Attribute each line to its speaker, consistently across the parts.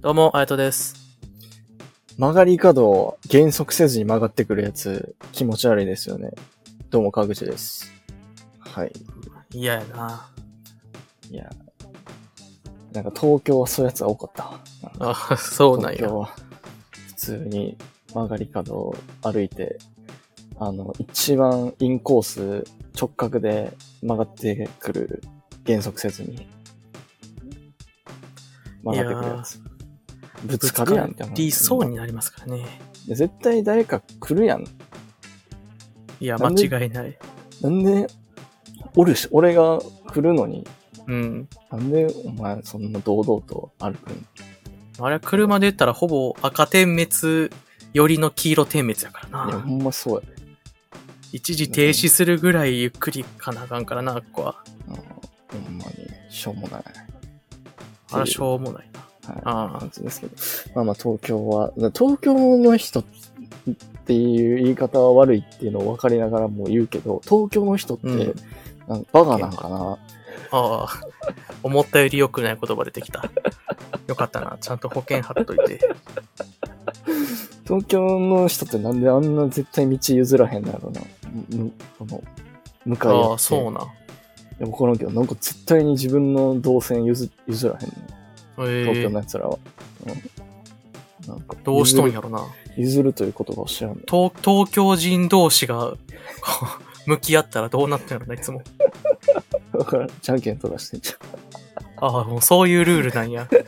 Speaker 1: どうも、あやとです。
Speaker 2: 曲がり角を減速せずに曲がってくるやつ、気持ち悪いですよね。どうも、川口です。はい。
Speaker 1: 嫌やな。
Speaker 2: いや、なんか東京はそういうやつが多かったわ。
Speaker 1: あ、そうなん
Speaker 2: 東
Speaker 1: や
Speaker 2: 京。は普通に曲がり角を歩いて、あの、一番インコース直角で曲がってくる、減速せずに。曲がってくるやつ。ぶつかるやんって思う
Speaker 1: 理想になりますからね。
Speaker 2: で絶対誰か来るやん
Speaker 1: いや、
Speaker 2: な
Speaker 1: 間
Speaker 2: んで
Speaker 1: 違いない。
Speaker 2: なんで、おるし、俺が来るのに、
Speaker 1: うん。
Speaker 2: なんでお前そんな堂々と歩くん
Speaker 1: あれ、車で言ったらほぼ赤点滅よりの黄色点滅やから
Speaker 2: いや、
Speaker 1: な
Speaker 2: ほ。んまそう
Speaker 1: 一時停止するぐらいゆっくり行かなあかんからな、あっこは。
Speaker 2: や。うんほんまに、しょうもない。
Speaker 1: あら、しょうもないな。
Speaker 2: はい、
Speaker 1: ああ
Speaker 2: 感じですけど。まあまあ、東京は、だ東京の人っていう言い方は悪いっていうのを分かりながらも言うけど、東京の人って、
Speaker 1: うん
Speaker 2: なんかバカなんかな。
Speaker 1: ああ、思ったより良くない言葉出てきた。よかったな。ちゃんと保険貼っといて。
Speaker 2: 東京の人ってなんであんな絶対道譲らへんのやろな。むむこの向かい合って
Speaker 1: ああ、そうな。
Speaker 2: いや、わからんけど、なんか絶対に自分の動線譲譲らへんね東
Speaker 1: ええ
Speaker 2: 京の奴らは。うん、なんか
Speaker 1: どうしとん
Speaker 2: 譲
Speaker 1: やろな。
Speaker 2: る譲るという言葉を知らんね
Speaker 1: 東東京人同士が こう向き合ったらどうなったんやろないつも。
Speaker 2: だからん、じゃんけんとかしてんじゃ
Speaker 1: ああ、もうそういうルールなんや。めっ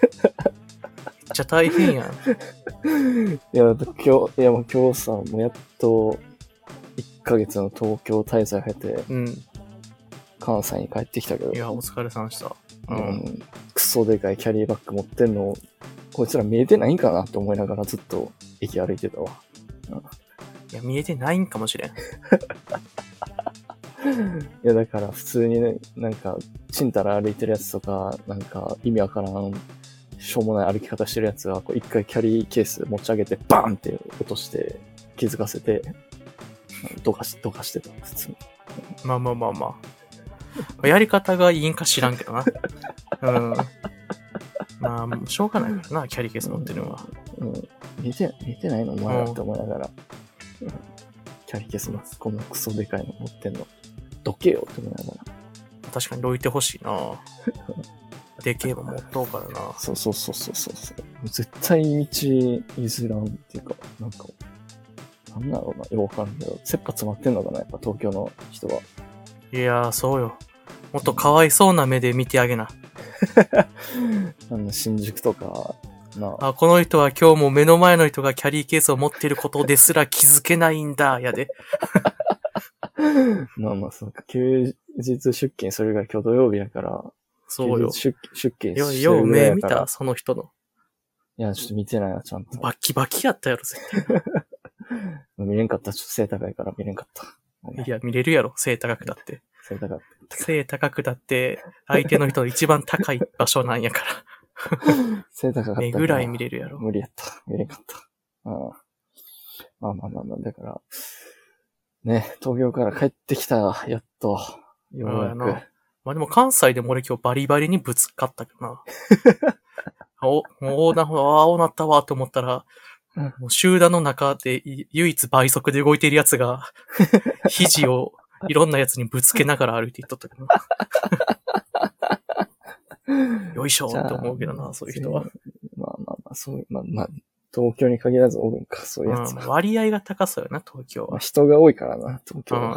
Speaker 1: ちゃ大変やん。
Speaker 2: ん。いや、だって今日、いや、もう今日さ、もうやっと、1ヶ月の東京滞在を経て、
Speaker 1: うん。
Speaker 2: 関西に帰ってきたけど、
Speaker 1: いや、お疲れさんでした。
Speaker 2: う
Speaker 1: うん
Speaker 2: ん、クソでかいキャリーバッグ持ってんの、こいつら見えてないんかなって思いながらずっと駅歩いてたわ。
Speaker 1: いや、見えてないんかもしれん。
Speaker 2: いやだから普通にね、なんか、ちんたら歩いてるやつとか、なんか意味わからん、しょうもない歩き方してるやつが、こう一回キャリーケース持ち上げて、バーンって落として、気づかせて、どかし、どかしてた、普通に。
Speaker 1: まあまあまあまあ。やり方がいいんか知らんけどな。うん。まあ、もうしょうがないからな、キャリーケース持ってるのは。
Speaker 2: うん。見て、見てないのお前らって思いながら、うんキャリーケースのこのクソでかいの持ってんの、どけよって思いながら。
Speaker 1: 確かにどいてほしいな。でけえば持っとうからな。
Speaker 2: そうそうそうそうそうそう。絶対道譲らんっていうか、なんか、なんだろうな、よくわかんないけど、切羽詰まってんのかな、やっぱ東京の人は。
Speaker 1: いやー、そうよ。もっとかわいそうな目で見てあげな。
Speaker 2: あの、新宿とか、 な、
Speaker 1: あ、この人は今日も目の前の人がキャリーケースを持っていることですら気づけないんだ、やで。
Speaker 2: まあまあ、そうか、休日出勤するが今日土曜日やから、
Speaker 1: そうよ
Speaker 2: 休日。出出勤
Speaker 1: よ、
Speaker 2: してる
Speaker 1: よ、
Speaker 2: ぐら
Speaker 1: 目
Speaker 2: いや
Speaker 1: 見
Speaker 2: から
Speaker 1: た、。その人の。
Speaker 2: いや、ちょっと見てないな、ちゃんと。
Speaker 1: バキバキやったやろ、絶
Speaker 2: 見れんかった、ちょっと背高いから見れんかった。
Speaker 1: 対。いや、見れるやろ、背高くだって。
Speaker 2: 背高い。
Speaker 1: 背高くだって、相手の人の一番高い場所なんや か
Speaker 2: 背高かった
Speaker 1: ら。
Speaker 2: から。
Speaker 1: 目ぐらい見れるやろ。
Speaker 2: 無理やった。 見れんかった。うん。まあまあまあまあ、だから、ね、東京から帰ってきた、やっと、ようや
Speaker 1: うんあの
Speaker 2: く。
Speaker 1: まあでも関西でも俺今日バリバリにぶつかったけど な。お、もうな、ああ、なったわ、と思ったら
Speaker 2: うん、
Speaker 1: もう集団の中でい唯一倍速で動いているやつ が、肘をいろんなやつにぶつけながら歩いていっとったけど な。よいしょ
Speaker 2: じゃあ
Speaker 1: って思うけどな、そういう人は。
Speaker 2: まあまあまあ、そういう、まあまあ、東京に限らずおるんか、そういうやつ
Speaker 1: うん
Speaker 2: は。
Speaker 1: 割合が高そうよな、東京
Speaker 2: まあ、
Speaker 1: は。
Speaker 2: 人が多いからな、東京
Speaker 1: う
Speaker 2: は。
Speaker 1: ん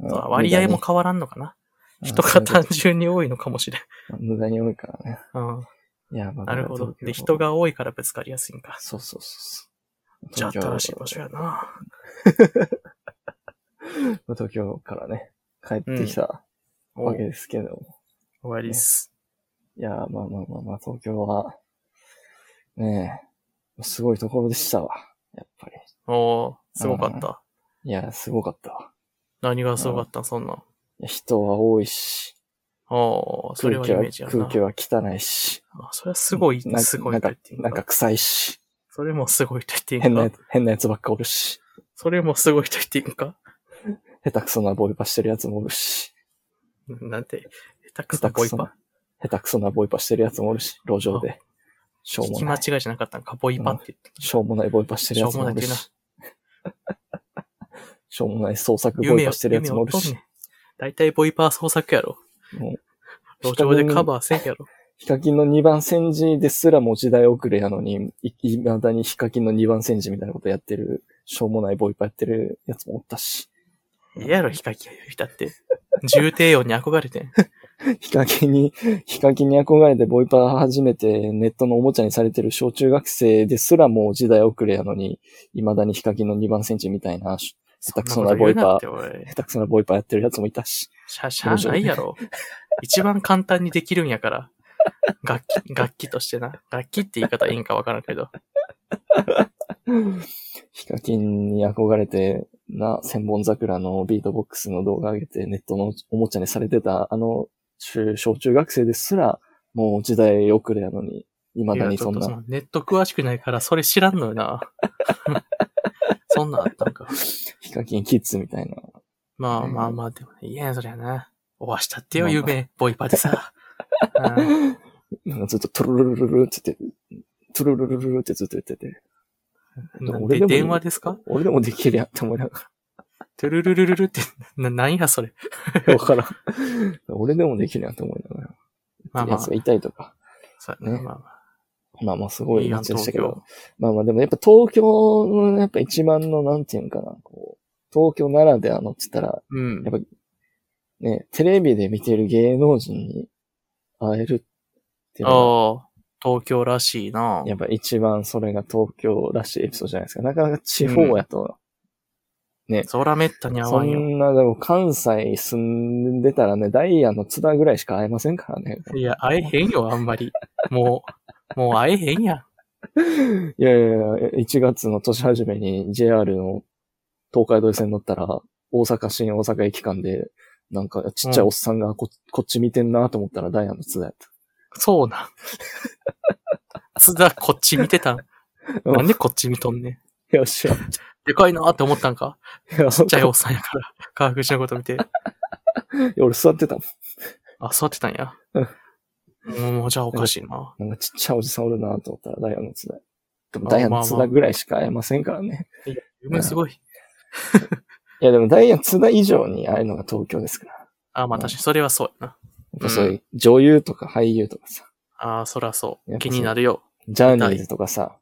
Speaker 2: うん
Speaker 1: そう割合も変わらんのかな。人が単純に多いのかもしれん。
Speaker 2: 無駄に多いからね。
Speaker 1: うん
Speaker 2: いや、まあ、
Speaker 1: なるほど。で、
Speaker 2: 東京
Speaker 1: 人
Speaker 2: は。
Speaker 1: が多いからぶつかりやすいんか。
Speaker 2: そうそうそうそう。
Speaker 1: じゃあ
Speaker 2: 東京
Speaker 1: 新しい場所やな。
Speaker 2: 東京からね、帰ってきた
Speaker 1: お
Speaker 2: わけ
Speaker 1: 終
Speaker 2: ですけども。
Speaker 1: わりっす。
Speaker 2: いやー、まあまあまあまあ、東京は、ねえ、すごいところでしたわ。やっぱり。
Speaker 1: おーすごかった。
Speaker 2: いやー、すごかったわ。
Speaker 1: 何がすごかったんそんなん。
Speaker 2: いや人は多いし、
Speaker 1: おーそれ
Speaker 2: 空
Speaker 1: は
Speaker 2: 気
Speaker 1: イ
Speaker 2: は
Speaker 1: メージや
Speaker 2: 空
Speaker 1: な
Speaker 2: 気。は汚いし、
Speaker 1: あそれはすごい、
Speaker 2: な
Speaker 1: すご
Speaker 2: ないん
Speaker 1: と
Speaker 2: か
Speaker 1: 言っていいん
Speaker 2: なん
Speaker 1: か
Speaker 2: か。臭いし、
Speaker 1: それもすごいと言っていい
Speaker 2: 変なや
Speaker 1: んか。
Speaker 2: つ、変なやつばっかおるし、
Speaker 1: それもすごいと言っていいんか。
Speaker 2: 下手くそなボイパしてるやつもおるし、
Speaker 1: なんて、下手くそ
Speaker 2: 下手く
Speaker 1: ボイ
Speaker 2: そ
Speaker 1: パ
Speaker 2: な。、下手くそなボイパしてるやつもおるし、路上で。しょう
Speaker 1: 聞
Speaker 2: も
Speaker 1: き
Speaker 2: な
Speaker 1: 間
Speaker 2: い。
Speaker 1: 違いじゃなかったのか、ボイパって言って
Speaker 2: しょうもないボイパしてるやつもおる
Speaker 1: しょうもない
Speaker 2: し。 しょうもない創作ボイ
Speaker 1: 夢を
Speaker 2: パしてるやつもおる
Speaker 1: 夢を取
Speaker 2: し
Speaker 1: ん。ね大体ボイパー創作やろ。
Speaker 2: もう
Speaker 1: 路上でカバーせんやろ。
Speaker 2: ヒカキンの二番煎じですらもう時代遅れやのに、い、いまだにヒカキンの二番煎じみたいなことやってる、しょうもないボイパやってるやつもおったし、
Speaker 1: いやろ、ヒカキンだって。重低音に憧れてん。
Speaker 2: ヒカキンに、ヒカキンに憧れてボイパ始めてネットのおもちゃにされてる小中学生ですらもう時代遅れやのに、いまだにヒカキンの二番煎じみ たいな、し下手くそなボイパ
Speaker 1: そんなこと言うなって、おい。
Speaker 2: 下手くそなボイパやってるやつもいたし、
Speaker 1: しゃ、しゃあないやろ。一番簡単にできるんやから。 楽器、楽器としてな。楽器って言い方いいんかわからんけど。
Speaker 2: ヒカキンに憧れて、な、千本桜のビートボックスの動画上げて、ネットのおもちゃにされてた、あの、中小中学生ですら、もう時代遅れやのに、未だ
Speaker 1: い
Speaker 2: に
Speaker 1: やちょ
Speaker 2: そ
Speaker 1: っ
Speaker 2: ん
Speaker 1: と
Speaker 2: な、
Speaker 1: のネット詳しくないから、それ知らんのよな。 そんなんあったんか。
Speaker 2: ヒカキンキッズみたいな。
Speaker 1: まあ
Speaker 2: うん
Speaker 1: まあまあ、でも、いいやん、そりゃな。おわしたってよ、
Speaker 2: まあまあ
Speaker 1: 夢。ボイパで さ。うん
Speaker 2: なんかずっとトゥルルルルルって言って、トゥルルルルルってずっと言ってて、
Speaker 1: なん
Speaker 2: 俺
Speaker 1: で
Speaker 2: でも
Speaker 1: 電話ですか
Speaker 2: 俺でもできるやんって思いなが
Speaker 1: トゥルルルルルって、な、なんやそれ。
Speaker 2: ら、わからん。 俺でもできるやんって思いながら、
Speaker 1: まあま
Speaker 2: や
Speaker 1: あ、
Speaker 2: つ
Speaker 1: そ
Speaker 2: がいたりとか、
Speaker 1: うやな
Speaker 2: ね
Speaker 1: まあま
Speaker 2: まあまあす
Speaker 1: あ。
Speaker 2: ご
Speaker 1: い
Speaker 2: い
Speaker 1: いやん、
Speaker 2: 街でし
Speaker 1: 東
Speaker 2: たけど、
Speaker 1: 京。
Speaker 2: まあまあでもやっぱ東京のやっぱ一番のなんていうんかな、こう、東京ならではのって言ったら、
Speaker 1: うん
Speaker 2: や。っぱね、テレビで見てる芸能人に会えるっていうの
Speaker 1: ああ、東京らしいな
Speaker 2: が、。やっぱ一番それが東京らしいエピソードじゃないですか。なかなか地方やと、
Speaker 1: そらめったに合
Speaker 2: そ
Speaker 1: わんよ。
Speaker 2: んなでも関西住んでたらね、ダイヤの津田ぐらいしか会えませんからね。
Speaker 1: いや、会えへんよ、あんまり。もう、もう会えへんやん。
Speaker 2: いやいやいや、1月の年初めに JR の東海道線乗ったら、大阪新大阪駅間で、なんかちっちゃいおっさんがこ,、こっち見てんなと思ったらダイヤの津田やっ
Speaker 1: そうなん。津田、こっち見てたん。
Speaker 2: うん
Speaker 1: なんでこっち見とんねん。
Speaker 2: た。よっしゃ。
Speaker 1: でかいなーって思ったんか
Speaker 2: ち
Speaker 1: ちっちゃいおっさんやから、川口のこと見て。
Speaker 2: 俺座ってたも
Speaker 1: あ、座ってたんや。もうもう、じゃあおかしいな。
Speaker 2: ん。なんかちっちゃいおじさんおるなと思ったらダイヤの津田。でも
Speaker 1: あ
Speaker 2: ダイヤ
Speaker 1: まあま
Speaker 2: の
Speaker 1: あ
Speaker 2: 津田ぐらいしか会えませんからね。
Speaker 1: 夢すごい。
Speaker 2: いやでもダイヤの津田以上に会えるのが東京ですから。
Speaker 1: あ、まあ確かに、それはそうやな。
Speaker 2: やっぱそういう女優とか俳優とかさ、
Speaker 1: ああ、そらそう。
Speaker 2: やっぱ
Speaker 1: 気
Speaker 2: そう
Speaker 1: になるよ。
Speaker 2: ジャニーズとかさ、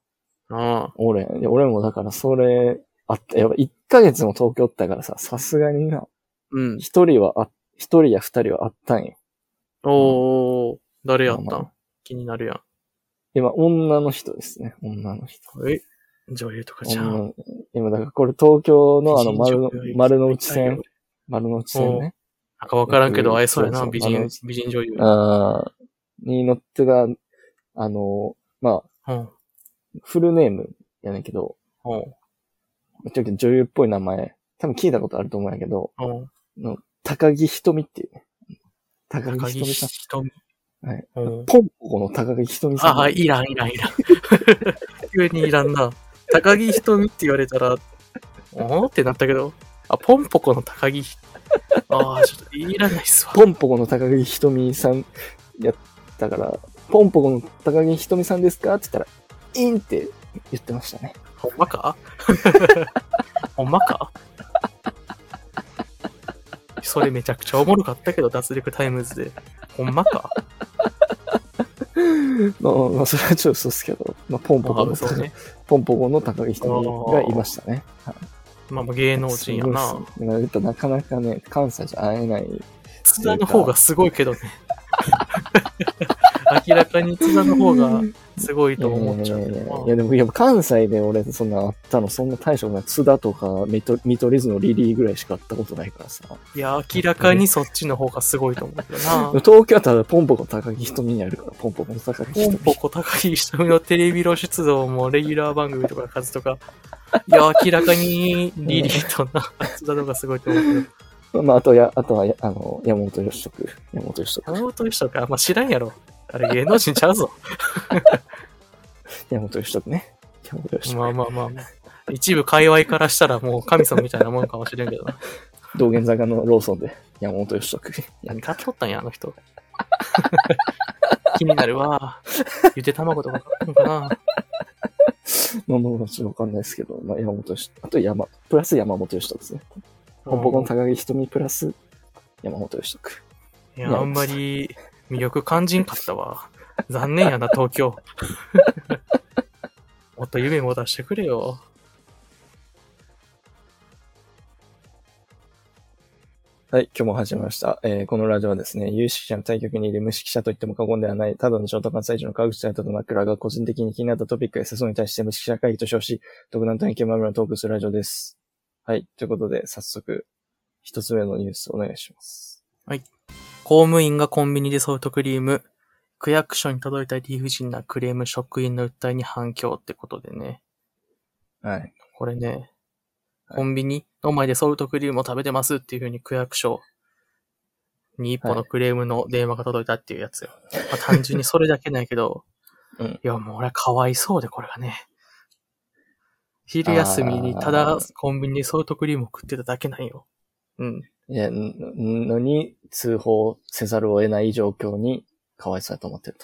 Speaker 1: うん。
Speaker 2: 俺、いや俺もだからそれ、あって、やっぱ1ヶ月も東京おったからさ、さすがにな、
Speaker 1: うん。
Speaker 2: 一人はあ、一人や二人はあったんよ。
Speaker 1: おー、誰やった
Speaker 2: まあま
Speaker 1: ん気になるやん。
Speaker 2: 今、女の人ですね。女の人。
Speaker 1: え女優とかじゃ
Speaker 2: 女
Speaker 1: ん。
Speaker 2: の今、だからこれ東京のあの丸の
Speaker 1: 美人女優、
Speaker 2: 丸の内線。丸の内線ね。
Speaker 1: なんかわからんけど、
Speaker 2: うん
Speaker 1: 会えそうやな、
Speaker 2: そうそう
Speaker 1: 美
Speaker 2: あ
Speaker 1: 人
Speaker 2: の、
Speaker 1: 美人女優。
Speaker 2: あーに乗ってた、あの、まあ、
Speaker 1: うん。
Speaker 2: フルネームやねんけど、
Speaker 1: うん。
Speaker 2: ちょっと女優っぽい名前、多分聞いたことあると思うんやけど、
Speaker 1: うん。
Speaker 2: 高木ひとみっていうね。高
Speaker 1: 高
Speaker 2: 木
Speaker 1: 木
Speaker 2: ひとみさん。
Speaker 1: ひとみ。
Speaker 2: はい
Speaker 1: うん。
Speaker 2: ポンポコの高木ひとみさん。
Speaker 1: ああ、いらん、いらん、い らん。急にいらんな。高木ひとみって言われたら、おーってなったけど、あ、ポンポコの高木ひ。ああ、ちょっといらないっすわ。
Speaker 2: ポンポコの高木ひとみさんやったから、ポンポコの高木ひとみさんですかって言ったら、インって言ってましたね。
Speaker 1: ほんまか ほんまかそれめちゃくちゃおもろかったけど、脱力タイムズで。ほんま か
Speaker 2: まあ、まあ、それはちょっと嘘ですけど、まあ、ポンポ
Speaker 1: まあ、
Speaker 2: コの
Speaker 1: 嘘
Speaker 2: 高、
Speaker 1: ね。
Speaker 2: ポンポコの高木ひとみがいましたね。
Speaker 1: まあ、まあ芸能人やな。
Speaker 2: すごいっすねなかなかね、関西じゃ会えない。
Speaker 1: 津田の方がすごいけどね。明らかに津田の方がすごいと思っちゃうけ
Speaker 2: いやいやいやい
Speaker 1: ど
Speaker 2: やい
Speaker 1: な。
Speaker 2: やでも、やっぱ関西で俺、そんな会ったの、そんな大したことない。津田とか見取見取り図のリリーぐらいしか会ったことないからさ。
Speaker 1: いや、明らかにそっちの方がすごいと思うけどな。
Speaker 2: 東京はただポンポコの高木ひとみにあるから、ポンポコの高木ひ
Speaker 1: ポ
Speaker 2: と
Speaker 1: ン
Speaker 2: み。
Speaker 1: ポコ高木ひとみのテレビ露出度もレギュラー番組とか数とか、いや、明らかにリリーとな、津田の方がすごいと思うけ
Speaker 2: まあ、あとや、あとはや、あの、山本義徳。山本義
Speaker 1: ど、
Speaker 2: 徳。
Speaker 1: 山本由とかあんま知らんやろ。あれ芸能人ちゃうぞ。
Speaker 2: 山本義徳ね。山本義徳。
Speaker 1: まあまあまあまあ。一部界隈からしたらもう神様みたいなもんかもしれんけどな。
Speaker 2: 道玄坂のローソンで山本義徳。
Speaker 1: 何買っとったんや、あの人。 気になるわ。ゆで卵とか買ったのかな。
Speaker 2: まあ、まあもちろんわかんないですけど、まあ、山本義あと山、プラス山本義人ですね。ポンポコの高木瞳プラス山本義徳。
Speaker 1: いや、あんまり魅力感じんかったわ。残念やな、東京。 もっと夢も出してくれよ。
Speaker 2: はい、今日も始まりました。えーこのラジオはですね、有識者の対局にいる無識者と言っても過言ではない、ただのショート関西人の川口タイトと枕が個人的に気になったトピックや世相に対して無識者会議と称し、独断と偏見まみれのトークするラジオです。はい、ということで、早速、一つ目のニュースお願いします。
Speaker 1: 公務員がコンビニでソフトクリーム、区役所に届いた理不尽なクレーム職員の訴えに反響ってことでね。
Speaker 2: はい。
Speaker 1: これね、
Speaker 2: はい
Speaker 1: コンビニの前でソフトクリームを食べてますっていうふうに区役所に一歩のクレームの電話が届いたっていうやつよ。まあ、単純にそれだけないけど、
Speaker 2: うん
Speaker 1: いやもう俺はかわいそうでこれがね。昼休みにただ
Speaker 2: あー
Speaker 1: コンビニでソフトクリームを食ってただけなんよ。うん。
Speaker 2: いや、んんのに、通報せざるを得ない状況に、かわいそうだと思ってる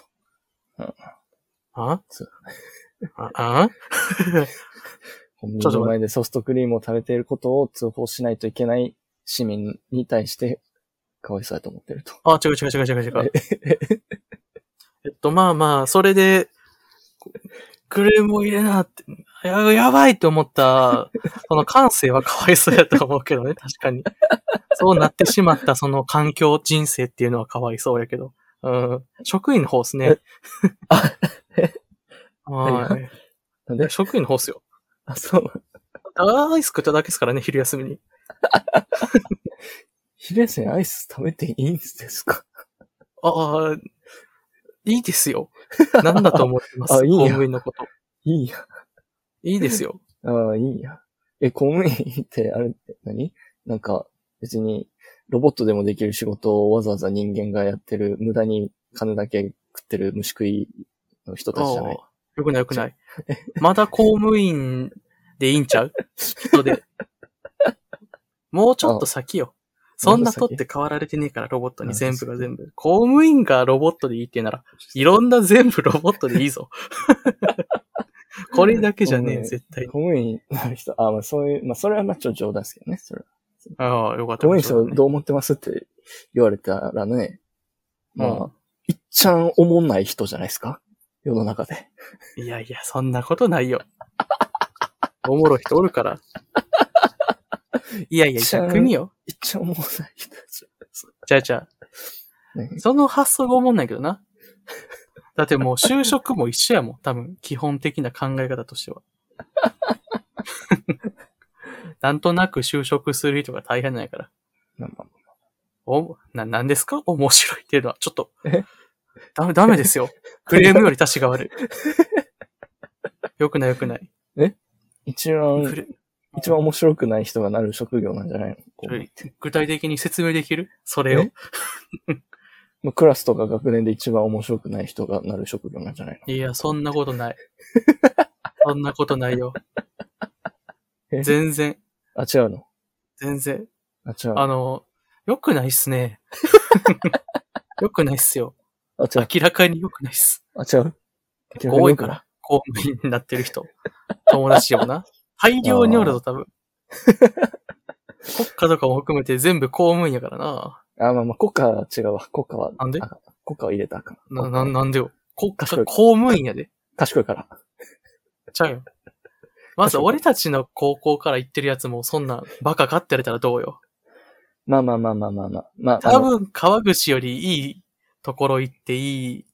Speaker 2: と。
Speaker 1: あ
Speaker 2: そう
Speaker 1: ああ
Speaker 2: コンビニの前でソフトクリームを食べていることを通報しないといけない市民に対して、かわいそうだと思ってると。
Speaker 1: あ、違う違う違う違う違う。えっと、まあまあ、それで、こクレームを入れなって、ややばいって思った、その感性はかわいそうやと思うけどね、確かに。そうなってしまった、その環境人生っていうのはかわいそうやけど。うん。職員の方ですね。
Speaker 2: あ、
Speaker 1: はい
Speaker 2: なんで
Speaker 1: 職員の方っすよ。
Speaker 2: あ、そう。
Speaker 1: アイス食っただけですからね、昼休みに。
Speaker 2: 昼休みアイス食べていいんですか
Speaker 1: ああ、いいですよ。なんだと思ってます。
Speaker 2: あいいや
Speaker 1: 公務員のこと。
Speaker 2: いいや。
Speaker 1: いいですよ。
Speaker 2: ああ、いいや。え、公務員って、あれ、何なんか、別に、ロボットでもできる仕事をわざわざ人間がやってる、無駄に金だけ食ってる虫食いの人たちじゃない
Speaker 1: ああよくないよくない。 まだ公務員でいいんちゃう人 で。もうちょっと先よ。そんな取って変わられてねえから、ロボットに全部が全部。公務員がロボットでいいってなら、いろんな全部ロボットでいい ぞ。これだけじゃね
Speaker 2: う
Speaker 1: え、
Speaker 2: ん
Speaker 1: 絶対。
Speaker 2: 公務員の人、あまあそういう、まあそれはまあちょっと冗談ですけどね、それは。
Speaker 1: ああ、よかった。
Speaker 2: 公務員の
Speaker 1: ね
Speaker 2: 人どう思ってますって言われたらね、まあ、
Speaker 1: う
Speaker 2: いっちゃん思んない人じゃないですか世の中で。
Speaker 1: いやいや、そんなことないよ。 おもろい人おる から。いやいや、逆によ。
Speaker 2: いっちゃん思んない人じ
Speaker 1: じゃあじゃあ。
Speaker 2: ゃない。
Speaker 1: その発想が思んないけどな。 だってもう就職も一緒やもん。多分、基本的な考え方としては。 なんとなく就職する人が大変なんやから。
Speaker 2: まあまあ
Speaker 1: お、な、なんですか面白いっていうのは、ちょっと
Speaker 2: え。
Speaker 1: ダメ、ダメですよ。クレームより立ちが悪い。よくないよくない。
Speaker 2: 一番、
Speaker 1: クレ
Speaker 2: 一番面白くない人がなる職業なんじゃないのこう
Speaker 1: 具体的に説明できるそれを
Speaker 2: え。まあクラスとか学年で一番面白くない人がなる職業なんじゃない
Speaker 1: いや、そんなことない。そんなことないよ。
Speaker 2: のえ
Speaker 1: 全然、
Speaker 2: あ、違うの
Speaker 1: 全然。
Speaker 2: あ、違うの
Speaker 1: あの、良くないっす ね。良くないっすよ。
Speaker 2: あ、違う。
Speaker 1: 明らかに良くないっす。
Speaker 2: あ、違う。
Speaker 1: 結構多いから。公務員になってる 人。友達でもな。大量におるぞ、多分。国家とかも含めて全部公務員やからな。
Speaker 2: あ、まあまあ、国家は違うわ。国家は。
Speaker 1: なんで
Speaker 2: あ国家は入れたらあかん。
Speaker 1: な、な、なんでよ。国家
Speaker 2: 賢
Speaker 1: が
Speaker 2: い
Speaker 1: 公務員やで。
Speaker 2: 賢いから。
Speaker 1: ちゃうよ。まず俺たちの高校から行ってるやつもそんなバカかってやれたらどうよ。
Speaker 2: まあまあまあまあまあまあ。まあ、あ
Speaker 1: 多
Speaker 2: の
Speaker 1: 分川口よりいいところ行っていい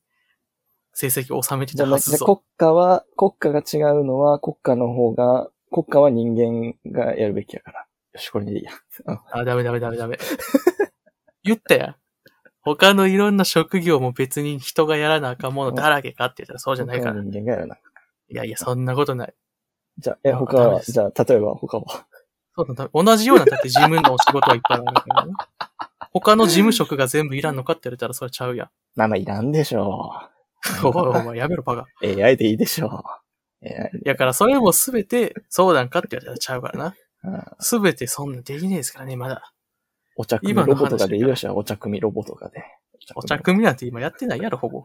Speaker 1: 成績を収めて
Speaker 2: じ
Speaker 1: た
Speaker 2: ゃあま
Speaker 1: は
Speaker 2: あ、じ
Speaker 1: ず
Speaker 2: ゃあ
Speaker 1: ぞ。
Speaker 2: 国家は、国家が違うのは、国家の方が、国家は人間がやるべきやから。よし、これでいいや。
Speaker 1: あ、ダメダメダメダメ。言ったやん。他のいろんな職業も別に人がやらなあかんものだらけかって言ったらそうじゃないから。
Speaker 2: 国
Speaker 1: い
Speaker 2: 家は人間がやるな。
Speaker 1: やいや、そんなことない。
Speaker 2: じゃあ、え、
Speaker 1: あ
Speaker 2: 他
Speaker 1: ダメ
Speaker 2: は、
Speaker 1: です
Speaker 2: じゃあ、例えば他は。
Speaker 1: そうなんだ同じような、だって事務のお仕事はいっぱいあるからね。他の事務職が全部いらんのかって言われたらそれちゃうやん。
Speaker 2: まあまあ、いらんでしょ
Speaker 1: お前お前やめろ、バカ。
Speaker 2: う。AI でいいでしょう。AI
Speaker 1: やから、それもすべて相談かって言われたらちゃうからな
Speaker 2: うん。
Speaker 1: すべてそんなできねえですからね、まだ。
Speaker 2: お茶組
Speaker 1: 今
Speaker 2: み
Speaker 1: の
Speaker 2: ロ
Speaker 1: 話
Speaker 2: ボとかでいいでしょ、お茶組みロボとかで。
Speaker 1: お茶組みなんて今やってないやろ、ほぼ。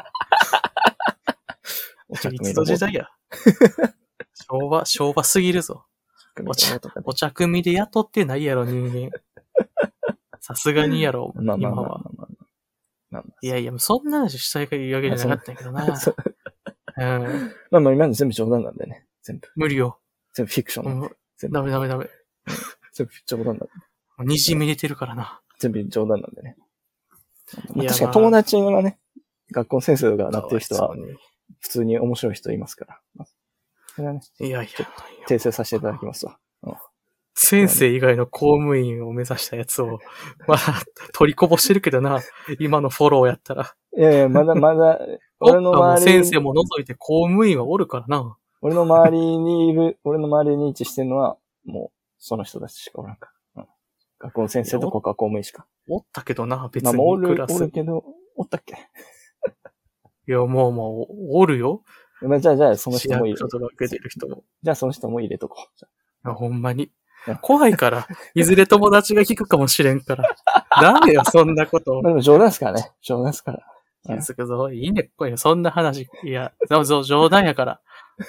Speaker 2: お
Speaker 1: い
Speaker 2: 着身
Speaker 1: つ
Speaker 2: ロ
Speaker 1: の
Speaker 2: ボ
Speaker 1: 時
Speaker 2: ット
Speaker 1: 代や。昭和、昭和すぎるぞ。
Speaker 2: お着身ロボットとか
Speaker 1: お茶組で雇ってないやろ、人 間。さすがにやろ、
Speaker 2: ね。まあ
Speaker 1: 今
Speaker 2: まあまあまあ
Speaker 1: は。
Speaker 2: まあまあまあ。
Speaker 1: いやいや、そんな話したいわけじゃなかったんやけどな。
Speaker 2: そう
Speaker 1: うん、
Speaker 2: まあまあ今の全部冗談なんだよね。全部。
Speaker 1: 無理よ。
Speaker 2: 全部フィクションなん
Speaker 1: も
Speaker 2: で。
Speaker 1: う
Speaker 2: 全部
Speaker 1: ダメダメダメ。
Speaker 2: 全部冗談なんで。
Speaker 1: にじみ出てるからな。
Speaker 2: 全部冗談なんでね。ま
Speaker 1: いや
Speaker 2: あ確か
Speaker 1: ま
Speaker 2: に
Speaker 1: あ
Speaker 2: 友達がね、学校の先生がなってる人
Speaker 1: かわ
Speaker 2: はい
Speaker 1: そう
Speaker 2: 普通に面白い人いますから。まあそれはね、
Speaker 1: にいやいや。
Speaker 2: 訂正させていただ きますわ。
Speaker 1: 先生以外の公務員を目指したやつ を、まあ、取りこぼしてるけどな、今のフォローやったら。
Speaker 2: いやいや、まだまだ、俺
Speaker 1: 国家も
Speaker 2: の周り
Speaker 1: 先
Speaker 2: に
Speaker 1: 生も除いて公務員はおるからな。
Speaker 2: 俺の周りにいる、俺の周りに位置してるのは、もう、その人たちしかおらんから。うん。学校の先生と国家公務員しか。
Speaker 1: おったけどな、別
Speaker 2: まあ、もうお
Speaker 1: にク
Speaker 2: る
Speaker 1: ラ、
Speaker 2: お
Speaker 1: ス
Speaker 2: る。けど、おったっけ
Speaker 1: いや、もうもう、おるよ。
Speaker 2: まあ、じゃあ、じゃあ、その人もい
Speaker 1: 市
Speaker 2: る。
Speaker 1: 役所とか受けてる人も。
Speaker 2: じゃあ、その人も入れとこう。
Speaker 1: いや、ほんまに
Speaker 2: うん。
Speaker 1: 怖いから。いずれ友達が聞くかもしれん から。ダメよ、そんなこと
Speaker 2: まあ、。でも冗談ですからね。冗談ですから。
Speaker 1: 気づくぞ。いいね、これ。そんな話。いや、そうそう、冗談やから。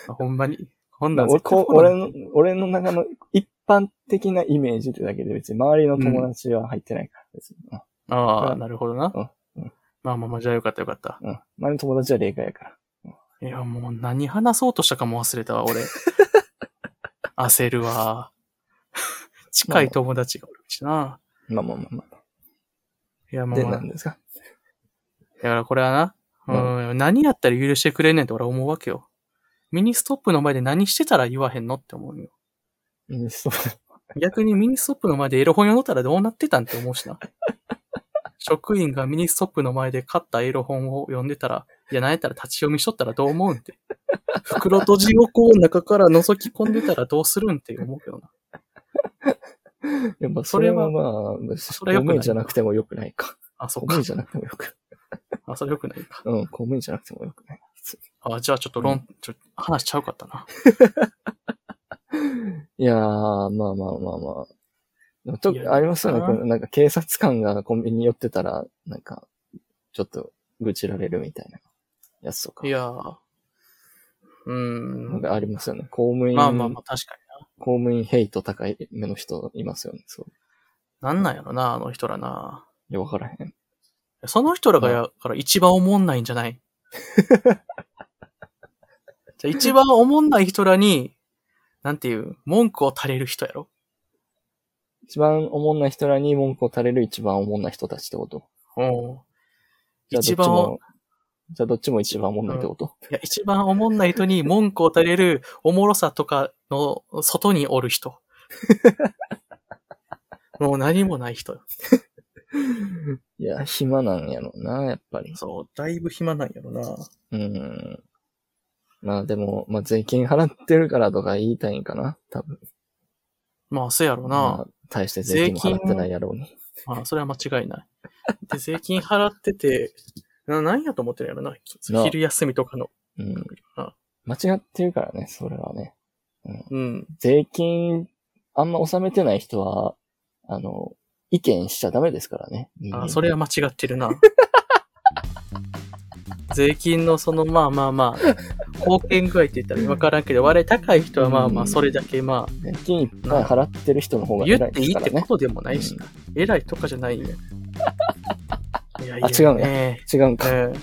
Speaker 1: ほんまに。こんなん
Speaker 2: 俺
Speaker 1: 絶対
Speaker 2: こ
Speaker 1: こう
Speaker 2: 俺
Speaker 1: なん
Speaker 2: の、俺の中の一般的なイメージってだけで別に周りの友達は入ってないから、別に。うん
Speaker 1: ああ、なるほどな
Speaker 2: うんうん。
Speaker 1: まあまあまあ、じゃあよかったよかった。
Speaker 2: うん。周りの友達は例外やから。
Speaker 1: いや、もう何話そうとしたかも忘れた わ、俺。焦るわ。近い友達がおるしな。
Speaker 2: まあまあまあま
Speaker 1: いや、
Speaker 2: あ。
Speaker 1: まあ
Speaker 2: で、
Speaker 1: ま
Speaker 2: な
Speaker 1: あ。
Speaker 2: んですか
Speaker 1: だからこれはな、うん、何やったら許してくれんねんって俺は思うわけよ。ミニストップの前で何してたら言わへんのって思うよ。
Speaker 2: うんそう。
Speaker 1: 逆にミニストップの前でエロ本読んどったらどうなってたんって思うしな。 職員がミニストップの前で買ったエロ本を読んでたら、いや、なんやったら立ち読みしとったらどう思うんって。袋閉じをこう中から覗き込んでたらどうするんって思うけどな。
Speaker 2: やっぱそ
Speaker 1: そ
Speaker 2: れ
Speaker 1: れ
Speaker 2: は
Speaker 1: は
Speaker 2: まあ、
Speaker 1: それは良くない
Speaker 2: 公務員じゃなくても良くないか。
Speaker 1: あ、そ
Speaker 2: 公
Speaker 1: うか
Speaker 2: 務員。じゃなくても良く
Speaker 1: あ、それよくないか。
Speaker 2: ない。うん、公務員じゃなくても良くない。
Speaker 1: あ、じゃあちょっと論、ちょ話ちゃうかったな。
Speaker 2: いやー、まあまあまあまあ。でもと
Speaker 1: いや
Speaker 2: ありますよね
Speaker 1: な
Speaker 2: この。なんか警察官がコンビニ寄ってたら、なんか、ちょっと愚痴られるみたいなやつとか。
Speaker 1: いやー。うー
Speaker 2: なん
Speaker 1: ん。
Speaker 2: かありますよね。公務員、
Speaker 1: まあまあまあ、確かに。
Speaker 2: 公務員ヘイト高い目の人いますよね。そう。
Speaker 1: なんなんやろな、あの人らな。
Speaker 2: いや、わからへん。
Speaker 1: その人らがや、から一番おもんないんじゃない じゃあ一番おもんない人らに、なんていう、文句を垂れる人やろ
Speaker 2: 一番おもんない人らに文句を垂れる一番おもんない人たちってこと。
Speaker 1: おう
Speaker 2: じゃあどっ
Speaker 1: 一
Speaker 2: ち
Speaker 1: 番お
Speaker 2: も、じゃあどっちも一番おもんないってこと、
Speaker 1: いや、一番おもんない人に 文句を垂れるおもろさとかの外におる 人。もう何もない人。
Speaker 2: いや、暇なんやろうな、やっぱり。
Speaker 1: そう、だいぶ暇なんやろな。
Speaker 2: うん。まあでも、まあ税金払ってるからとか言いたいんかな、多分。
Speaker 1: まあ、そうやろな。
Speaker 2: まあ、大して税金も払ってないやろうに。
Speaker 1: まあ、それは間違いない。で、税金払ってて、な、なんやと思ってるんやろな。
Speaker 2: な
Speaker 1: 昼休みとかの。
Speaker 2: うん。
Speaker 1: あ
Speaker 2: 間違ってるからね、それはね。
Speaker 1: うん。
Speaker 2: 税金、あんま納めてない人は、あの、意見しちゃダメですからね。
Speaker 1: あ、それは間違って るな。税金のその、まあまあまあ、貢献具合って言ったら分からんけど、割れ高い人はまあまあ、
Speaker 2: うん
Speaker 1: それだけま
Speaker 2: 税金いっぱい払ってる人の方
Speaker 1: あ、
Speaker 2: が
Speaker 1: 言
Speaker 2: 偉い
Speaker 1: ってい
Speaker 2: です
Speaker 1: い
Speaker 2: か
Speaker 1: っ
Speaker 2: ら
Speaker 1: て
Speaker 2: ね
Speaker 1: こ。とでもないしな。偉いとかじゃない よ。いやいや、
Speaker 2: あ違うの
Speaker 1: ね。
Speaker 2: 違うんか。違
Speaker 1: う。
Speaker 2: うん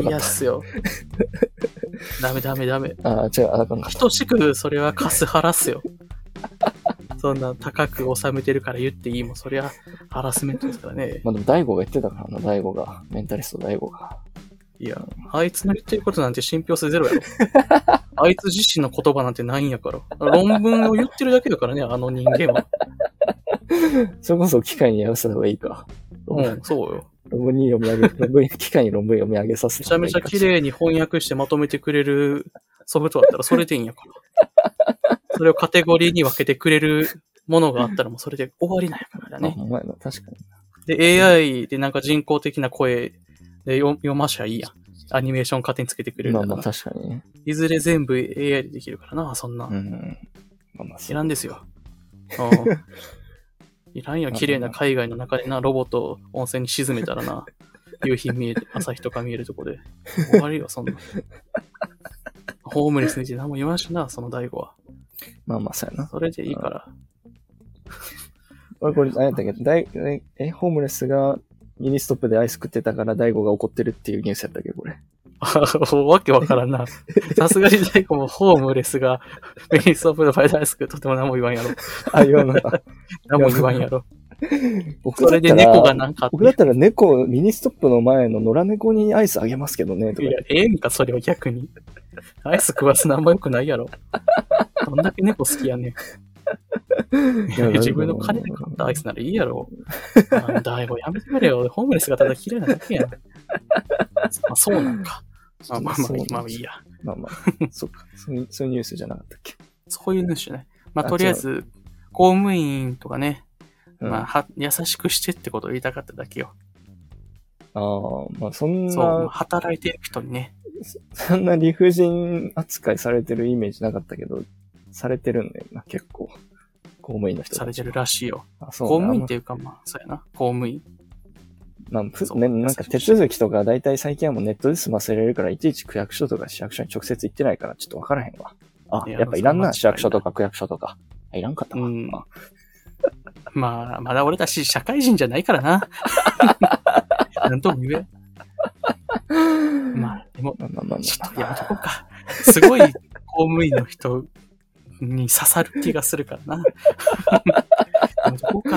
Speaker 1: い
Speaker 2: か
Speaker 1: や
Speaker 2: っ
Speaker 1: っすよ。ダメダメダメ。
Speaker 2: た。ああ、違う、あかんかった。
Speaker 1: 等しくそれはカスハラっすよ。そんな高く収めてるから言っていいもん、そりゃハラスメントですからね。
Speaker 2: まあでも、大悟が言ってたからな、大悟が。メンタリスト大悟が。
Speaker 1: いや、あいつの言ってることなんて信憑性ゼロやろ。あいつ自身の言葉なんてないんやから。論文を言ってるだけだからね、あの人間は。
Speaker 2: それこそ機械にやらせた方がいいか。
Speaker 1: うん、そうよ。
Speaker 2: 論文に読み上げ、論文、機械に論文読み上げさせ
Speaker 1: め
Speaker 2: た
Speaker 1: ちゃ
Speaker 2: 方がい
Speaker 1: め
Speaker 2: い
Speaker 1: ち
Speaker 2: か
Speaker 1: ゃ綺麗に翻訳してまとめてくれるソフトだったらそれでいいんやから。それをカテゴリーに分けてくれるものがあったらもうそれで終わりなんやからね
Speaker 2: あ。。お前な、確かに。
Speaker 1: で、AI でなんか人工的な声で読読ましゃいいやん。アニメーション勝手につけてくれる
Speaker 2: ま
Speaker 1: ん
Speaker 2: あ
Speaker 1: だか
Speaker 2: ま
Speaker 1: ら
Speaker 2: あ、確かにね。
Speaker 1: いずれ全部 AI でできるからな、そんな
Speaker 2: う。ん。まあまあ、
Speaker 1: い
Speaker 2: そう
Speaker 1: らんですよ。 うんいらんよ、綺麗な海外の中でな、ロボットを温泉に沈めたら な、夕日見えて、朝日とか見えるとこで。終わりよ、そんな。ホームレスにして何も言わんしな、その大悟は。
Speaker 2: まあまあ、そうやな。
Speaker 1: それでいいから。
Speaker 2: 俺これ、何やったっけ大ええ、ホームレスがミニストップでアイス食ってたから大悟が怒ってるっていうニュースやったっけこれ。
Speaker 1: わけわからんな。さすがに大悟もホームレスが、メインストップのファイダースクとても何も言わんやろ。
Speaker 2: あ、言わなかった。
Speaker 1: 何も言わんやろ。
Speaker 2: 僕
Speaker 1: そ
Speaker 2: だ
Speaker 1: れ
Speaker 2: っ
Speaker 1: で
Speaker 2: た
Speaker 1: 猫
Speaker 2: ら
Speaker 1: が、なんかあって
Speaker 2: 僕だったら猫、ミニストップの前の野良猫にアイスあげますけどね、とか
Speaker 1: いや、ええんか、それは逆に。アイス食わすなんも良くないやろ。どんだけ猫好きやねん。い
Speaker 2: いや
Speaker 1: や 自分の金で買ったアイスならいいやろ。なんだよ、やめてくれよ。ホームレスがただ嫌いなだけやん。まあ、そうなんか。まあまあま
Speaker 2: そうなんで
Speaker 1: あ、
Speaker 2: す
Speaker 1: まあいいや。
Speaker 2: まあまあ、そっか。そういうそういうニュースじゃなかったっけ。
Speaker 1: そういう主ね。まあ、
Speaker 2: あ
Speaker 1: とりあえず、公務員とかね、
Speaker 2: うん、
Speaker 1: まあ
Speaker 2: あ
Speaker 1: は、優しくしてってことを言いたかっただけよ。
Speaker 2: あー、まあそん
Speaker 1: そう、まあ
Speaker 2: な、
Speaker 1: 働いてる人にね。
Speaker 2: そんな理不尽扱いされてるイメージなかったけど、されてるんだよな、結構。公務員の人たち
Speaker 1: されてるらしいよ。
Speaker 2: あ、そう
Speaker 1: 公
Speaker 2: な
Speaker 1: 務
Speaker 2: んだ
Speaker 1: 員っていうか、まあ、そうやな。公務員。
Speaker 2: まあ、ふ
Speaker 1: そう
Speaker 2: ね、なんか手続きとか大体最近はもうネットで済ませれるから、いちいち区役所とか市役所に直接行ってないから、ちょっとわからへんわ。あ、
Speaker 1: いや
Speaker 2: やっぱいらんな、市
Speaker 1: それは間違いない
Speaker 2: 役所とか区役所とか。あいらんかったわ。
Speaker 1: うん
Speaker 2: あ
Speaker 1: まあ、まだ俺たち社会人じゃないからな。なんとも言えん。まあ、でも、
Speaker 2: まあまあまあまあ
Speaker 1: ちょっとやめとこうか。すごい公務員の人に刺さる気がするからな。やめとこうか。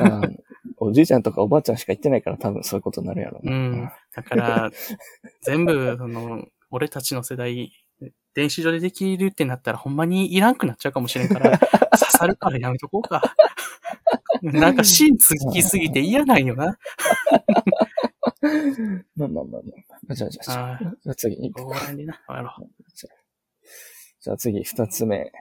Speaker 2: あーおじいちゃんとかおばあちゃんしか行ってないから多分そういうことになるやろ
Speaker 1: う
Speaker 2: な。
Speaker 1: ん。だから、全部、その、俺たちの世代、電子上でできるってなったら、ほんまにいらんくなっちゃうかもしれんから、刺さるからやめとこうか。なんか芯つきすぎて嫌なんよな。
Speaker 2: まあまあまあまあ。じゃあじゃあじゃ
Speaker 1: あ
Speaker 2: あ
Speaker 1: あ、
Speaker 2: じゃあ次に行
Speaker 1: お
Speaker 2: くか。
Speaker 1: 笑いでな。やろう。
Speaker 2: じゃあ次二つ目。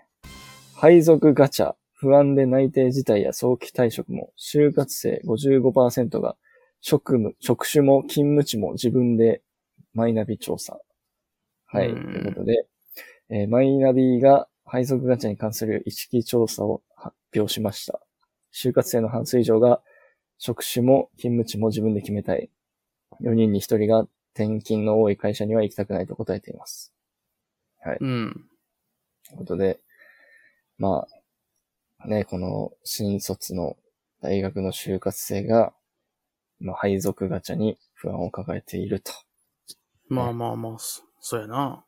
Speaker 2: 配属ガチャ。不安で内定辞退や早期退職も、就活生55%が職務、職種も勤務地も自分でマイナビ調査。はい。と
Speaker 1: うん
Speaker 2: いうことで、えーマイナビが配属ガチャに関する意識調査を発表しました。就活生の半数以上が職種も勤務地も自分で決めたい。4人に1人が転勤の多い会社には行きたくないと答えています。
Speaker 1: うん。
Speaker 2: ということで、まあ、ね、この新卒の大学の就活生が、まあ、配属ガチャに不安を抱えていると。
Speaker 1: まあまあまあ、そそうやな。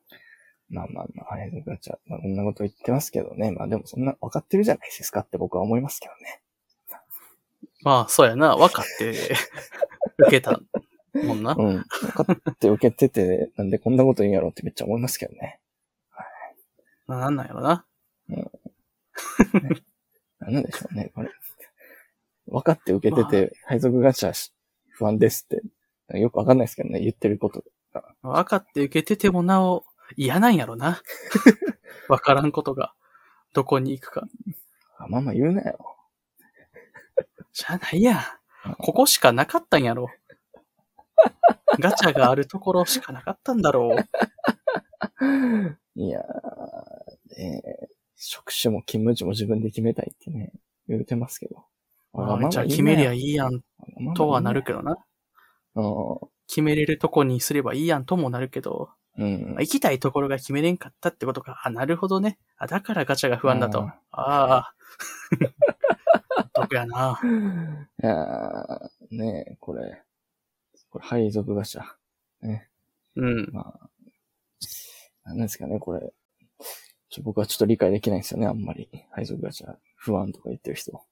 Speaker 2: まあまあまあ、配属ガチャ。まあ、こんなこと言ってますけどね。まあでもそんな分かってるじゃないですかって僕は思いますけどね。
Speaker 1: まあ、そうやな。分かって、受けたもん な。
Speaker 2: うん。分かって受けてて、なんでこんなこと言うんやろうってめっちゃ思いますけどね。
Speaker 1: ななんなんやろな。
Speaker 2: なんなんでしょうね、これ。分かって受けてて、配属ガチャし不安ですって。よくわかんないですけどね、言ってること。
Speaker 1: 分かって受けててもなお、嫌なんやろ な。分からんことが、どこに行くか。
Speaker 2: あまあまあ言うなよ。
Speaker 1: じゃあないやん。ここしかなかったんやろ。ガチャがあるところしかなかったんだろう。
Speaker 2: いやー、ねえ職種も勤務地も自分で決めたいってね、言うてますけど。
Speaker 1: まあ
Speaker 2: ま
Speaker 1: じゃあ決めりゃ
Speaker 2: い
Speaker 1: いいやん
Speaker 2: いな
Speaker 1: とはなる。けどな。
Speaker 2: まあまあ
Speaker 1: 決めれるとこにすればいいやんともなるけど、
Speaker 2: いいねうん。
Speaker 1: まあ行きたいところが決めれんかったってことか。あ、なるほどね。あ、だからガチャが不安だと。
Speaker 2: うん
Speaker 1: ああ。 得やな。
Speaker 2: いやー、ねえ、これ。これ、配属ガチャ。
Speaker 1: うん。
Speaker 2: まあ、なんですかね、これ。ちょ僕はちょっと理解できないんですよね、あんまり。配属ガチャ、不安とか言ってる人。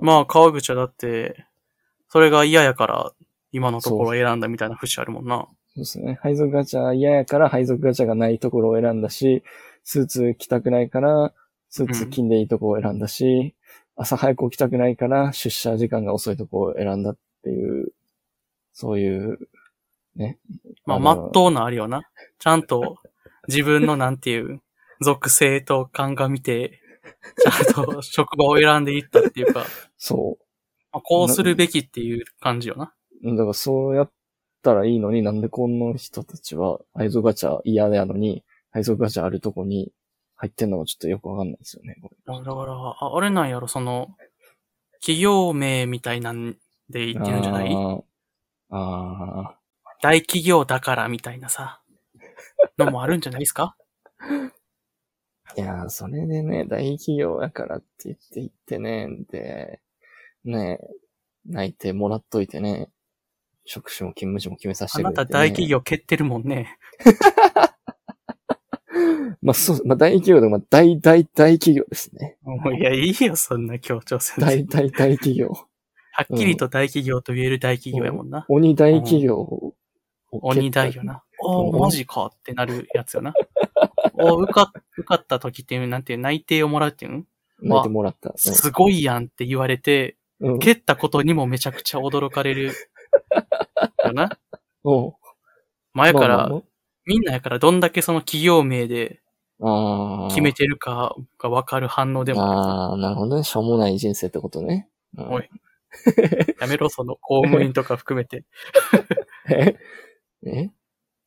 Speaker 1: まあ、川口はだって、それが嫌やから、今のところを選んだみたいな節あるもんな。
Speaker 2: そうですね。配属ガチャ嫌やから配属ガチャがないところを選んだし、スーツ着たくないから、スーツ着んでいいとこを選んだし、朝早く起きたくないから、出社時間が遅いとこを選んだっていう、そういう、ね。
Speaker 1: まあ、
Speaker 2: の
Speaker 1: まっとうなあるよな。ちゃんと、自分のなんていう、属性と感が見て、ちゃんと職場を選んでいったっていうか、
Speaker 2: そ
Speaker 1: まあ、こうするべきっていう感じよな。
Speaker 2: う。だからそうやったらいいのになんでこの人たちは配属ガチャ嫌やのに、配属ガチャあるとこに入ってんのがちょっとよくわかんないですよね。これ
Speaker 1: だから、ああれなんやろ、その、企業名みたいなんで言ってるんじゃない
Speaker 2: あーあー。
Speaker 1: 大企業だからみたいなさ、のもあるんじゃないですか
Speaker 2: いやー、それでね、大企業だからって言って行ってね、で、ね、泣いてもらっといてね、職種も勤務時も決めさせ
Speaker 1: あ
Speaker 2: てくれ
Speaker 1: な
Speaker 2: て、ね。
Speaker 1: た大企業蹴ってるもんね。
Speaker 2: まあそう、まあ大企業でも、まあ大大大企業ですね。
Speaker 1: もういや、いいよ、そんな協調せん
Speaker 2: 大
Speaker 1: で。
Speaker 2: 大大企業。
Speaker 1: はっきりと大企業と言える大企業やもんな。
Speaker 2: 鬼大企業を
Speaker 1: 鬼大よ。な。お
Speaker 2: うん
Speaker 1: お、マジかってなるやつよな。 お受か、受かった時っていう、なんていう、内定をもらうっていうん
Speaker 2: 泣いてもらった。
Speaker 1: すごいやんって言われて、
Speaker 2: うん。うん
Speaker 1: 蹴ったことにもめちゃくちゃ驚かれる。よな。
Speaker 2: うん
Speaker 1: 前か
Speaker 2: まあま
Speaker 1: ら、みんなやからどんだけその企業名で
Speaker 2: ああー。
Speaker 1: 決めてるかがわかる反応でも、
Speaker 2: ああ、なるほどね。しょうもない人生ってことね。うん
Speaker 1: おいやめろ、その公務員とか含め て、
Speaker 2: ええ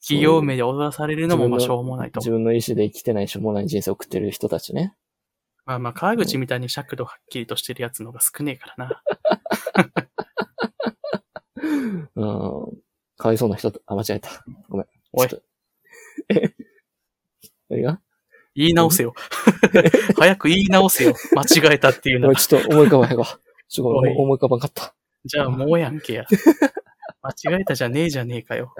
Speaker 1: 企業名で踊らされるのもまあ
Speaker 2: 自
Speaker 1: し
Speaker 2: 分の
Speaker 1: ょうも ないと
Speaker 2: 自。分の意思で生きてないしょうもない人生を送ってる人たちね。
Speaker 1: まあまあ、川口みたいに尺度はっきりとしてるやつの方が少ねえから な。
Speaker 2: うん。かわいそうな人と、あ、間違えた。ごめん。
Speaker 1: おい
Speaker 2: ちょっと。え何が
Speaker 1: 言い直せ よ。早く言い直せよ。間違えたっていう
Speaker 2: ご
Speaker 1: の
Speaker 2: めん
Speaker 1: は。
Speaker 2: ちょっと思い浮かばへ んわ。ちょっとごめん
Speaker 1: おい
Speaker 2: 思い浮かばんかった。
Speaker 1: じゃあもうやんけや。間違えたじゃねえじゃねえかよ。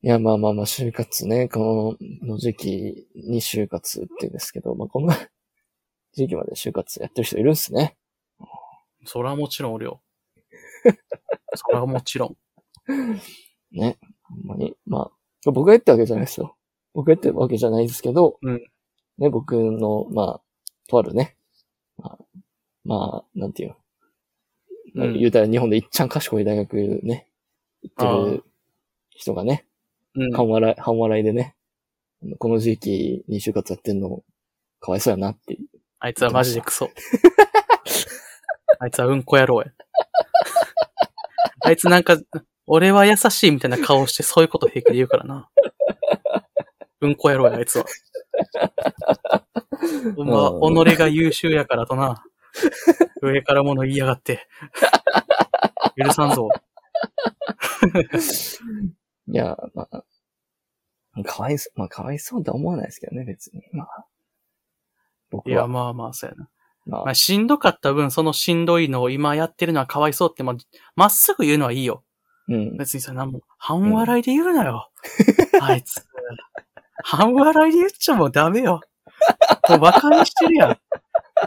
Speaker 2: いや、まあまあまあ、就活ね、この時期に就活って言うんですけど、まあこの時期まで就活やってる人いるんですね。
Speaker 1: そらもちろんおるよ。そらもちろん。
Speaker 2: ね。ほんまに。まあ、僕が言ったわけじゃないですよ。僕が言ってるわけじゃないですけど、
Speaker 1: うん
Speaker 2: ね、僕の、まあ、とあるね、まあ、まあ、なんていうの、
Speaker 1: うん
Speaker 2: 言うたら日本でいっちゃん賢い大学ね、行ってる人がね、
Speaker 1: うん。
Speaker 2: 半笑い、半笑いでね、この時期に就活やってんの、かわいそうやなっていう。
Speaker 1: あいつはマジでクソ。あいつはうんこ野郎や。あいつなんか、俺は優しいみたいな顔してそういうこと平気で言うからな。うんこ野郎や、あいつは。ほんま、己が優秀やからとな。上から物言いやがって。許さんぞ。
Speaker 2: いや、まあ、かわいそう、まあ、かわいそうとは思わないですけどね、別に。まあ、僕
Speaker 1: いや、
Speaker 2: は、
Speaker 1: まあまあ、そうやな。
Speaker 2: まあ
Speaker 1: まあ、しんどかった分、そのしんどいのを今やってるのはかわいそうって、まあ、まっすぐ言うのはいいよ。
Speaker 2: うん。
Speaker 1: 別にさ、なんも、半笑いで言うなよ。あいつ。半笑いで言っちゃもうダメよ。もうバカにしてるやん。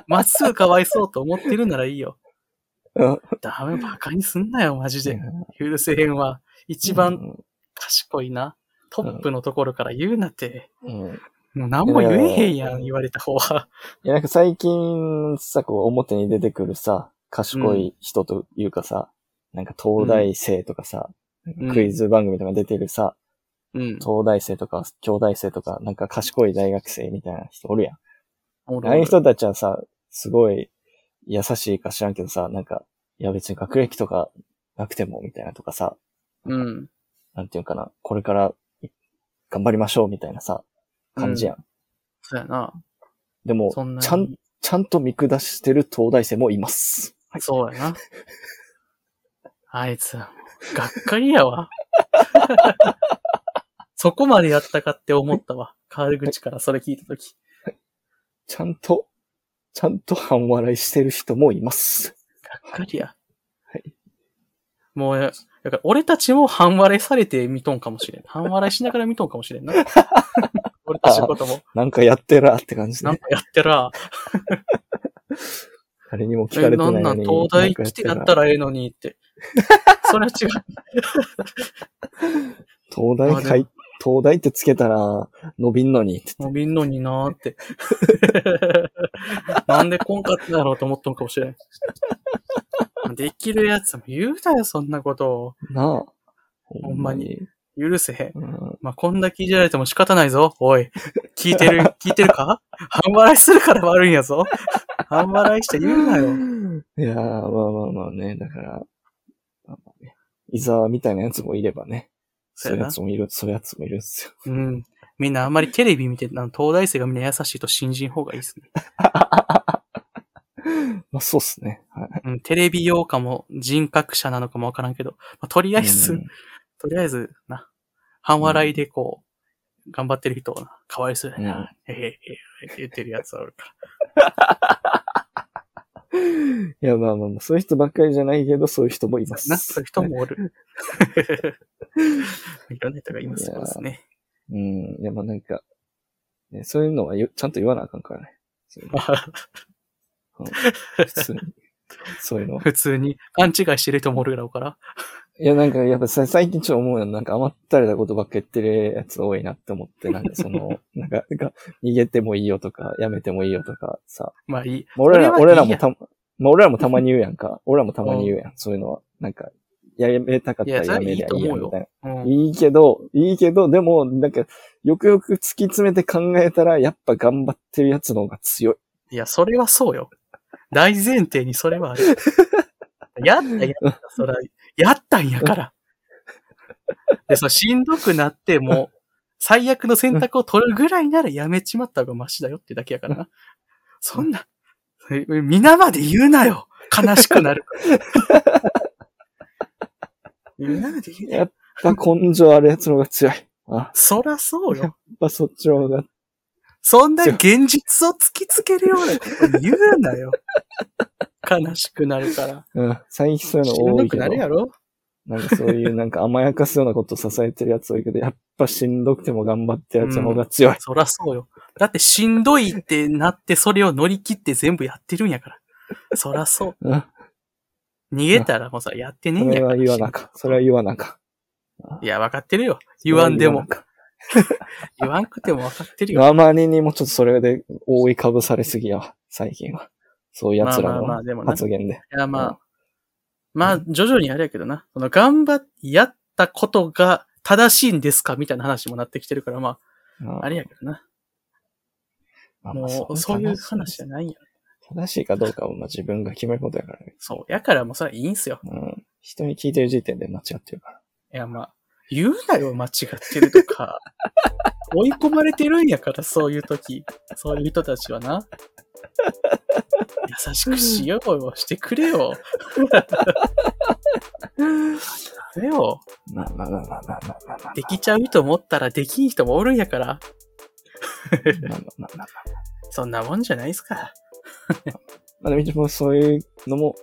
Speaker 1: まっすぐかわいそうと思ってるならいいよ。
Speaker 2: うん
Speaker 1: ダメ、バカにすんなよ、マジ
Speaker 2: う
Speaker 1: で
Speaker 2: ん。
Speaker 1: 許せへんわ。一
Speaker 2: う
Speaker 1: 番
Speaker 2: ん
Speaker 1: 賢いな。トップのところから言うなって。
Speaker 2: うん。い
Speaker 1: もう何も言えへんやん、言われた方は。
Speaker 2: や、なんか最近さ、こう、表に出てくるさ、賢い人というかさ、なんか東大生とかさ、
Speaker 1: うん
Speaker 2: クイズ番組とか出てるさ、
Speaker 1: うん。
Speaker 2: 東大生とか、京大生とか、なんか賢い大学生みたいな人おるやん。
Speaker 1: おる
Speaker 2: あ
Speaker 1: お
Speaker 2: あいう
Speaker 1: る
Speaker 2: 人たちはさ、すごい優しいか知らんけどさ、なんか、いや別に学歴とかなくてもみたいなとかさ、
Speaker 1: うん。
Speaker 2: なんていうかな、これから頑張りましょうみたいなさ、感じやん。
Speaker 1: そうやな。
Speaker 2: でも
Speaker 1: そん、な
Speaker 2: ちゃん
Speaker 1: に、。
Speaker 2: ちゃんと見下してる東大生もいます。
Speaker 1: そうやな。あいつ、がっかりや わ。そこまでやったかって思ったわ。川口からそれ聞いたとき。
Speaker 2: ちゃんと、ちゃんと半笑いしてる人もいます。
Speaker 1: がっかりや。
Speaker 2: はい
Speaker 1: もう、だから俺たちも半笑いされて見とんかもしれん。半笑いしながら見とんかもしれ んな。俺たちのことも、
Speaker 2: なんかやってらって感じ
Speaker 1: なん
Speaker 2: ね。
Speaker 1: かやってら、
Speaker 2: 誰にも聞
Speaker 1: え、
Speaker 2: かれてな
Speaker 1: ない
Speaker 2: の
Speaker 1: ん
Speaker 2: に。
Speaker 1: なん、東大来てやった
Speaker 2: ら。
Speaker 1: らええのにって。それは違う。
Speaker 2: 東大入っ東大ってつけたら伸びんのにって。
Speaker 1: 伸びんのになーって。なんでこんかったんだろうと思ったのかもしれん。できるやつも言うなよ、そんなこと
Speaker 2: なあ。
Speaker 1: ほんまに。を。許せへん。
Speaker 2: うん、
Speaker 1: まあ、こんだけいじられても仕方ないぞ。おい。聞いてる、聞いてるか半笑いするから悪いんやぞ。半笑いして言うなよ。
Speaker 2: いやー、まあまあまあね、だから、まあまあね、伊沢みたいなやつもいればね、そ
Speaker 1: そう
Speaker 2: ういう
Speaker 1: や
Speaker 2: や
Speaker 1: な
Speaker 2: つ。もいる、そういうやつもいるんですよ。
Speaker 1: うん。みんなあんまりテレビ見て、あの東大生がみんな優しいと信じん方がいいっすね。
Speaker 2: まあそうっすね。はい。
Speaker 1: うん。テレビ用かも人格者なのかもわからんけど、まあ、とりあえず、とりあえず、な、半笑いでこう、頑張ってる人はな、かわいそうやな。へへへへって言ってるやつはおるから。
Speaker 2: いや、まあまあまあ、そういう人ばっかりじゃないけど、そういう人もいま
Speaker 1: な、そ
Speaker 2: す
Speaker 1: ういう。人もお る。いろんな人がいます。そうですね。
Speaker 2: うん。いや、まあなんか、ね、そういうのはよちゃんと言わなあかんからね。そ ういうの普通に。そういうのは。
Speaker 1: 普通に勘違いしてる人もおるだろうから。
Speaker 2: いや、なんか、やっぱさ最近ちょっと思うよ。なんか余ったれたことばっか言ってるやつ多いなって思って、なんかその、 なんか、なんか逃げてもいいよとか、やめてもいいよとかさ。
Speaker 1: まあいい。
Speaker 2: まあ俺
Speaker 1: それ
Speaker 2: ら、
Speaker 1: はいい
Speaker 2: 俺
Speaker 1: や
Speaker 2: らもたま、まあ俺らもたまに言うやんか。俺らもたまに言うやん。そういうのは。なんか、やめたかったら
Speaker 1: いやそ
Speaker 2: や
Speaker 1: れ
Speaker 2: めりゃいいやみたいな。
Speaker 1: うん。
Speaker 2: いいけど、いいけど、でも、なんか、よくよく突き詰めて考えたら、やっぱ頑張ってるやつの方が強い。
Speaker 1: いや、それはそうよ。大前提にそれ はある。やった、やった、そら、やったんやから。で、そのしんどくなっても、最悪の選択を取るぐらいならやめちまった方がマシだよってだけやからな。そんな、皆まで言うなよ悲しくなる。皆まで言うな
Speaker 2: や
Speaker 1: よ。
Speaker 2: っぱ根性あるやつの方が強い。あ、やっ
Speaker 1: そらそうよ。
Speaker 2: ぱそっちの方が。
Speaker 1: そんな現実を突きつけるようなこと言うなよ。悲しくなるから。
Speaker 2: うん。最近そういうの
Speaker 1: しん
Speaker 2: 多
Speaker 1: ど
Speaker 2: い
Speaker 1: く
Speaker 2: けど
Speaker 1: な。るやろ
Speaker 2: なんかそういうなんか甘やかすようなことを支えてるやつ多いけど、やっぱしんどくても頑張ってるやつの方が強い。
Speaker 1: そらそうよ。だってしんどいってなってそれを乗り切って全部やってるんやから。そらそう。
Speaker 2: うん。
Speaker 1: 逃げたらもうさ、やってねえ
Speaker 2: そ
Speaker 1: んやか
Speaker 2: れ
Speaker 1: ら。
Speaker 2: は言わなあかん。それは言わなあか
Speaker 1: いや、わかってるよ。言わんでも
Speaker 2: そ。れは
Speaker 1: 言わんくてもわかってる
Speaker 2: 言
Speaker 1: よ。
Speaker 2: わなあかん。あまりにもちょっとそれで覆いかぶされすぎやわ、最近は。そういう
Speaker 1: ま
Speaker 2: や
Speaker 1: あ
Speaker 2: つら
Speaker 1: まあまあ、
Speaker 2: の
Speaker 1: でもな。い
Speaker 2: 発言で。
Speaker 1: や、ま
Speaker 2: うん
Speaker 1: あ。まあ、徐々にあれやけどな。その、頑張っ、やったことが正しいんですかみたいな話もなってきてるから、ま
Speaker 2: うん
Speaker 1: あ、あれやけどな。
Speaker 2: まあまあ
Speaker 1: もう、
Speaker 2: そ
Speaker 1: そうう
Speaker 2: い
Speaker 1: いうう
Speaker 2: 話
Speaker 1: 話
Speaker 2: じ
Speaker 1: じ
Speaker 2: ゃ
Speaker 1: ゃないんや。
Speaker 2: 正しいかどうかはまあ自分が決めることやからね。
Speaker 1: そう。やからもうそれはいいんすよ。
Speaker 2: うん。人に聞いてる時点で間違ってるから。
Speaker 1: いや、まあ、言うなよ、間違ってると か。追い込まれてるんやから、そういう時。そういう人たちはな。優しくしようよ、してくれ よ。あれよ。
Speaker 2: まあまあまあまあまあまあまあまあ。
Speaker 1: できちゃうと思ったらできん人もおるんやから、
Speaker 2: まあまあまあまあ。
Speaker 1: そんなもんじゃないですか。
Speaker 2: まあでも一応そういうのも、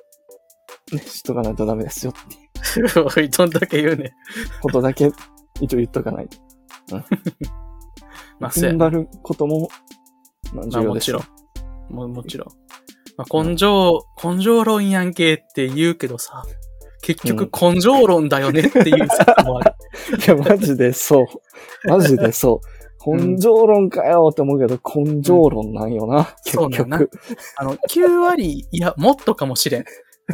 Speaker 2: ね、しとかないとダメですよっていう
Speaker 1: おい、どんだけ言うねん。
Speaker 2: ことだけ、一応言っとかないと。
Speaker 1: まあ、そう
Speaker 2: 踏
Speaker 1: や
Speaker 2: ん
Speaker 1: な。
Speaker 2: 張ることも、ま
Speaker 1: まあ、
Speaker 2: あ重要
Speaker 1: も
Speaker 2: で
Speaker 1: ち
Speaker 2: す
Speaker 1: ろん
Speaker 2: よ。。
Speaker 1: ももちろん。まあ、根性、根性論やんけって言うけどさ、結局根性論だよねっていう説もある。
Speaker 2: いや、マジでそう。マジでそう。
Speaker 1: うん
Speaker 2: 根性論かよって思うけど、根性論なんよな、
Speaker 1: そうなん
Speaker 2: 結
Speaker 1: やな
Speaker 2: 局。
Speaker 1: あの、9割、いや、もっとかもしれん。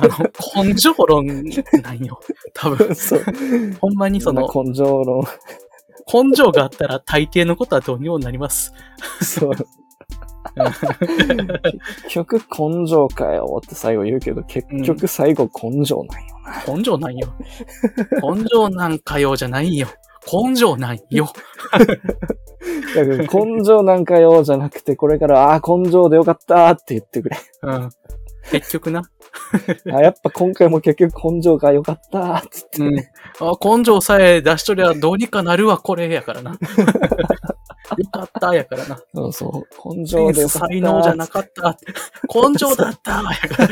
Speaker 1: あの、根性論なんよ。多 分、
Speaker 2: そう。
Speaker 1: ほんまにその、
Speaker 2: 根性論
Speaker 1: 根性があったら大抵のことはどうにもなります。
Speaker 2: そう。結局根性かよって最後言うけど、結局最後根性なんよ。
Speaker 1: 根性なんよ。根性なんかよじゃないよ。根性なんよ。
Speaker 2: だから根性なんかよじゃなくて、これから、ああー、根性でよかったーって言っ てくれ。
Speaker 1: うん。結局な。
Speaker 2: あやっぱ今回も結局根性がよかったーって
Speaker 1: う
Speaker 2: 言っ
Speaker 1: ん
Speaker 2: て、。
Speaker 1: あ根性さえ出しとりゃどうにかなるわ、これやからな。よかったやからな。
Speaker 2: そうそう。根
Speaker 1: セ
Speaker 2: 性
Speaker 1: ン
Speaker 2: でよ
Speaker 1: ス
Speaker 2: かった
Speaker 1: 才
Speaker 2: ー
Speaker 1: 能じゃなかった。根性だったや か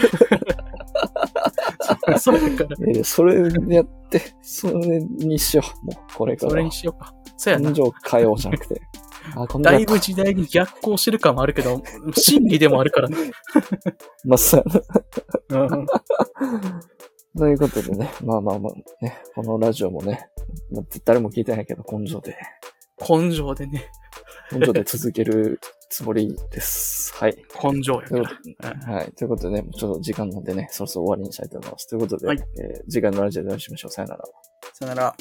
Speaker 1: ら。そうやから。
Speaker 2: えーそれでやって、それにしよう。もう、これか
Speaker 1: それ
Speaker 2: ら
Speaker 1: に
Speaker 2: は。
Speaker 1: しようか。そうやな
Speaker 2: 根。性かよじゃなくて。 あー、根性
Speaker 1: だいぶ時代に逆行してる感もあるけど、真理でもあるからね。
Speaker 2: まあ、そう
Speaker 1: うん。
Speaker 2: ということでね、まあまあまあ、ね、このラジオもね、まあ誰も聞いてないけど、根性で、
Speaker 1: 根性でね、
Speaker 2: 根性で続けるつもり です。はい。
Speaker 1: 根性や
Speaker 2: と
Speaker 1: か
Speaker 2: いう
Speaker 1: ら
Speaker 2: こ。とで、はい。ということでね、ちょっと時間なんでね、そろそろ終わりにしたいと思います。ということで、
Speaker 1: はい
Speaker 2: えー次回のラジオでお会いしましょう。さよなら。
Speaker 1: さよなら。